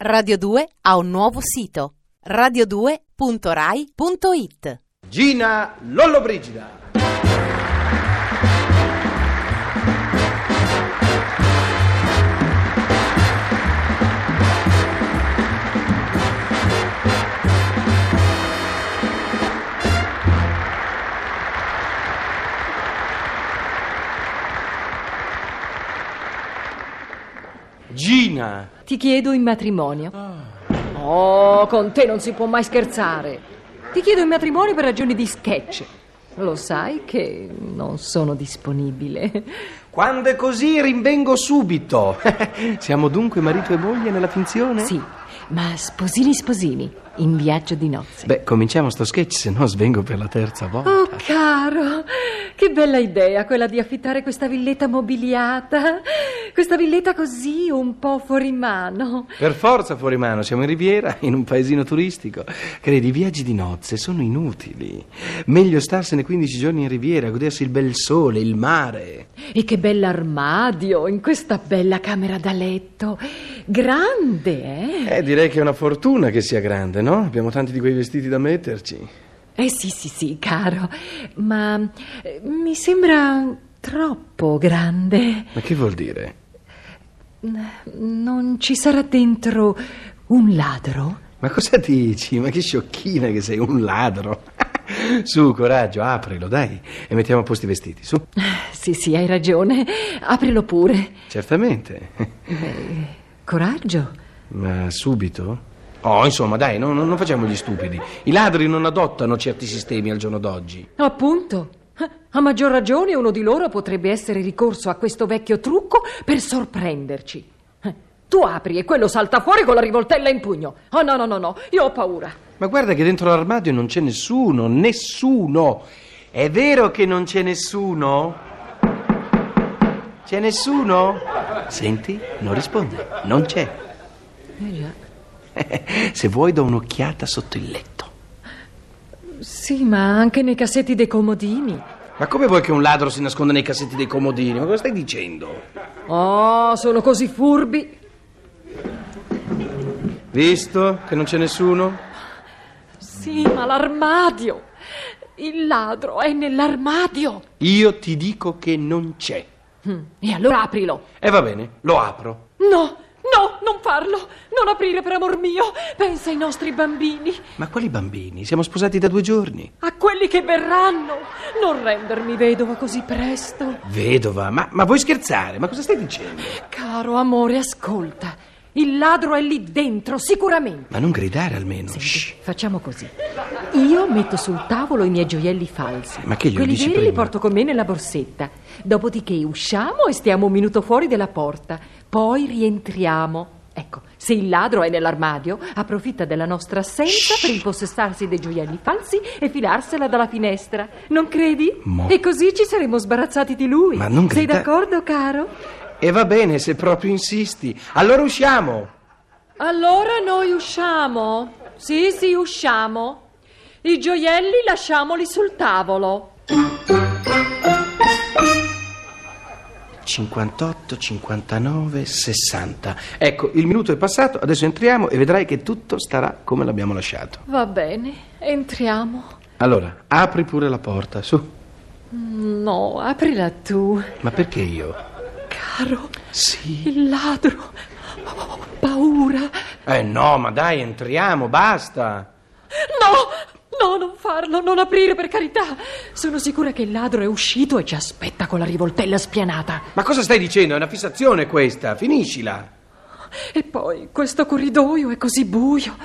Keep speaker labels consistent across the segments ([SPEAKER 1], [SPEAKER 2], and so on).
[SPEAKER 1] Radio 2 ha un nuovo sito radio2.rai.it
[SPEAKER 2] Gina Lollobrigida. Gina,
[SPEAKER 3] Ti chiedo in matrimonio. Oh, con te non si può mai scherzare. Ti chiedo in matrimonio per ragioni di sketch. Lo sai che non sono disponibile.
[SPEAKER 2] quando è così rinvengo subito. Siamo dunque marito e moglie nella finzione?
[SPEAKER 3] Sì, ma sposini sposini, in viaggio di nozze.
[SPEAKER 2] Beh, cominciamo sto sketch, se no svengo per la terza volta.
[SPEAKER 3] Oh, caro, che bella idea quella di affittare questa villetta mobiliata. Questa villetta così un po' fuori mano.
[SPEAKER 2] Per forza fuori mano, siamo in Riviera, in un paesino turistico. Credi, i viaggi di nozze sono inutili. Meglio starsene 15 giorni in Riviera, godersi il bel sole, il mare.
[SPEAKER 3] E che bell'armadio in questa bella camera da letto. Grande, eh?
[SPEAKER 2] Eh, direi che è una fortuna che sia grande, no? Abbiamo tanti di quei vestiti da metterci.
[SPEAKER 3] Eh sì, sì, sì, caro, ma eh, mi sembra troppo grande.
[SPEAKER 2] Ma che vuol dire?
[SPEAKER 3] Non ci sarà dentro un ladro?
[SPEAKER 2] Ma cosa dici? Ma che sciocchina che sei, un ladro. su, coraggio, aprilo, dai, e mettiamo a posto i vestiti, su.
[SPEAKER 3] Sì, sì, hai ragione. Aprilo pure.
[SPEAKER 2] Certamente.
[SPEAKER 3] Coraggio.
[SPEAKER 2] Ma subito? Oh, insomma, dai, no- no- non facciamo gli stupidi. I ladri non adottano certi sistemi al giorno d'oggi.
[SPEAKER 3] Appunto. A maggior ragione uno di loro potrebbe essere ricorso a questo vecchio trucco per sorprenderci. Eh, Tu apri e quello salta fuori con la rivoltella in pugno. Oh no, no, no, no, io ho paura.
[SPEAKER 2] Ma guarda che dentro l'armadio non c'è nessuno, nessuno. È vero che non c'è nessuno? C'è nessuno? Senti, non risponde, non c'è.
[SPEAKER 3] Eh già.
[SPEAKER 2] Se vuoi do un'occhiata sotto il letto.
[SPEAKER 3] Sì, ma anche nei cassetti dei comodini.
[SPEAKER 2] Ma come vuoi che un ladro si nasconda nei cassetti dei comodini? Ma cosa stai dicendo?
[SPEAKER 3] Oh, sono così furbi.
[SPEAKER 2] Visto che non c'è nessuno?
[SPEAKER 3] Sì, ma l'armadio. Il ladro è nell'armadio.
[SPEAKER 2] Io ti dico che non c'è.
[SPEAKER 3] Mm, E allora aprilo.
[SPEAKER 2] E va bene, lo apro.
[SPEAKER 3] No, no, non farlo. Non aprire per amor mio. Pensa ai nostri bambini,
[SPEAKER 2] Ma quali bambini? Siamo sposati da due giorni.
[SPEAKER 3] a quelli che verranno. Non rendermi vedova così presto.
[SPEAKER 2] Vedova, ma, ma vuoi scherzare? Ma cosa stai dicendo?
[SPEAKER 3] Caro amore, ascolta. Il ladro è lì dentro, sicuramente.
[SPEAKER 2] Ma non gridare almeno. Shh.
[SPEAKER 3] Senti, facciamo così. Io metto sul tavolo i miei gioielli falsi.
[SPEAKER 2] Ma che glielo
[SPEAKER 3] Quelli
[SPEAKER 2] dici
[SPEAKER 3] veri li
[SPEAKER 2] prima?
[SPEAKER 3] porto con me nella borsetta. Dopodiché usciamo e stiamo un minuto fuori dalla porta. Poi rientriamo. Ecco, se il ladro è nell'armadio, approfitta della nostra assenza per impossessarsi dei gioielli falsi e filarsela dalla finestra. Non credi?
[SPEAKER 2] Mo.
[SPEAKER 3] E così ci saremo sbarazzati di lui.
[SPEAKER 2] Ma non
[SPEAKER 3] Sei
[SPEAKER 2] grida-
[SPEAKER 3] d'accordo, caro?
[SPEAKER 2] E va bene se proprio insisti. Allora usciamo.
[SPEAKER 3] Allora noi usciamo. Sì, sì, usciamo. I gioielli lasciamoli sul tavolo.
[SPEAKER 2] 58, 59, 60. Ecco, il minuto è passato, adesso entriamo e vedrai che tutto starà come l'abbiamo lasciato.
[SPEAKER 3] Va bene, entriamo.
[SPEAKER 2] Allora, apri pure la porta, su.
[SPEAKER 3] No, aprila tu.
[SPEAKER 2] Ma perché io?
[SPEAKER 3] Caro,
[SPEAKER 2] Sì.
[SPEAKER 3] il ladro. Ho paura.
[SPEAKER 2] Eh no, ma dai, entriamo, basta.
[SPEAKER 3] No, no, non farlo, non aprire per carità. Sono sicura che il ladro è uscito e ci aspetta con la rivoltella spianata.
[SPEAKER 2] Ma cosa stai dicendo? È una fissazione questa, finiscila.
[SPEAKER 3] E poi questo corridoio è così buio.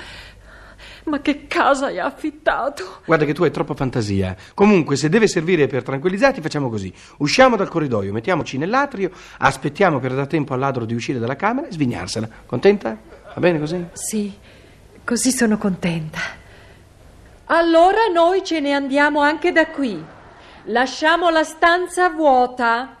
[SPEAKER 3] Ma che casa hai affittato?
[SPEAKER 2] Guarda che tu hai troppa fantasia. Comunque, se deve servire per tranquillizzarti, facciamo così. Usciamo dal corridoio, mettiamoci nell'atrio, aspettiamo per dar tempo al ladro di uscire dalla camera e svignarsela. Contenta? Va bene così?
[SPEAKER 3] Sì, così sono contenta. Allora noi ce ne andiamo anche da qui. Lasciamo la stanza vuota.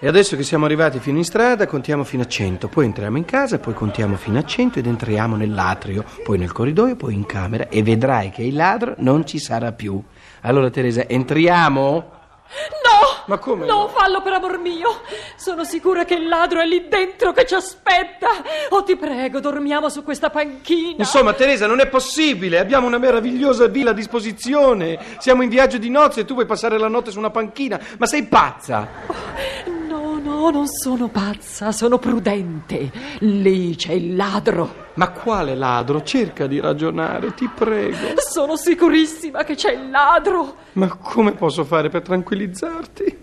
[SPEAKER 2] E adesso che siamo arrivati fino in strada, contiamo fino a 100, poi entriamo in casa, poi contiamo fino a 100 ed entriamo nell'atrio, poi nel corridoio, poi in camera e vedrai che il ladro non ci sarà più. Allora Teresa, entriamo?
[SPEAKER 3] No!
[SPEAKER 2] Ma come no?
[SPEAKER 3] Non fallo per amor mio! Sono sicura che il ladro è lì dentro che ci aspetta! Oh, ti prego, dormiamo su questa panchina!
[SPEAKER 2] Insomma, Teresa, non è possibile. Abbiamo una meravigliosa villa a disposizione. Siamo in viaggio di nozze e tu vuoi passare la notte su una panchina. Ma sei pazza!
[SPEAKER 3] No, no, non sono pazza, sono prudente. Lì c'è il ladro.
[SPEAKER 2] Ma quale ladro? Cerca di ragionare, ti prego.
[SPEAKER 3] Sono sicurissima che c'è il ladro.
[SPEAKER 2] Ma come posso fare per tranquillizzarti?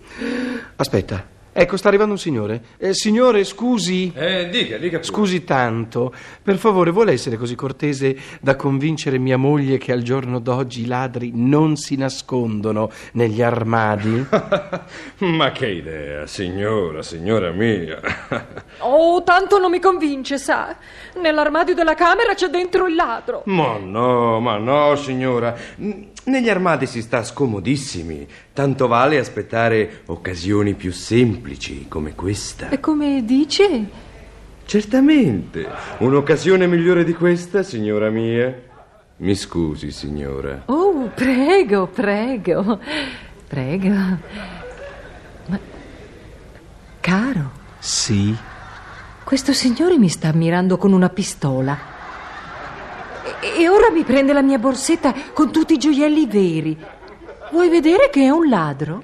[SPEAKER 2] Aspetta, ecco, sta arrivando un signore. Eh, signore, scusi.
[SPEAKER 4] Eh, dica, dica pure.
[SPEAKER 2] Scusi tanto, per favore, vuole essere così cortese da convincere mia moglie che al giorno d'oggi i ladri non si nascondono negli armadi?
[SPEAKER 4] Ma che idea, signora, signora mia.
[SPEAKER 3] Oh, tanto non mi convince, sa. Nell'armadio della camera c'è dentro il ladro.
[SPEAKER 4] ma no, ma no, signora. N- Negli armadi si sta scomodissimi. Tanto vale aspettare occasioni più semplici come questa.
[SPEAKER 3] E come dice?
[SPEAKER 4] Certamente. Un'occasione migliore di questa, signora mia. Mi scusi, signora.
[SPEAKER 3] Oh, prego, prego. Prego. Ma. Caro,
[SPEAKER 2] Sì.
[SPEAKER 3] questo signore mi sta ammirando con una pistola. E, e ora mi prende la mia borsetta con tutti i gioielli veri. Vuoi vedere che è un ladro?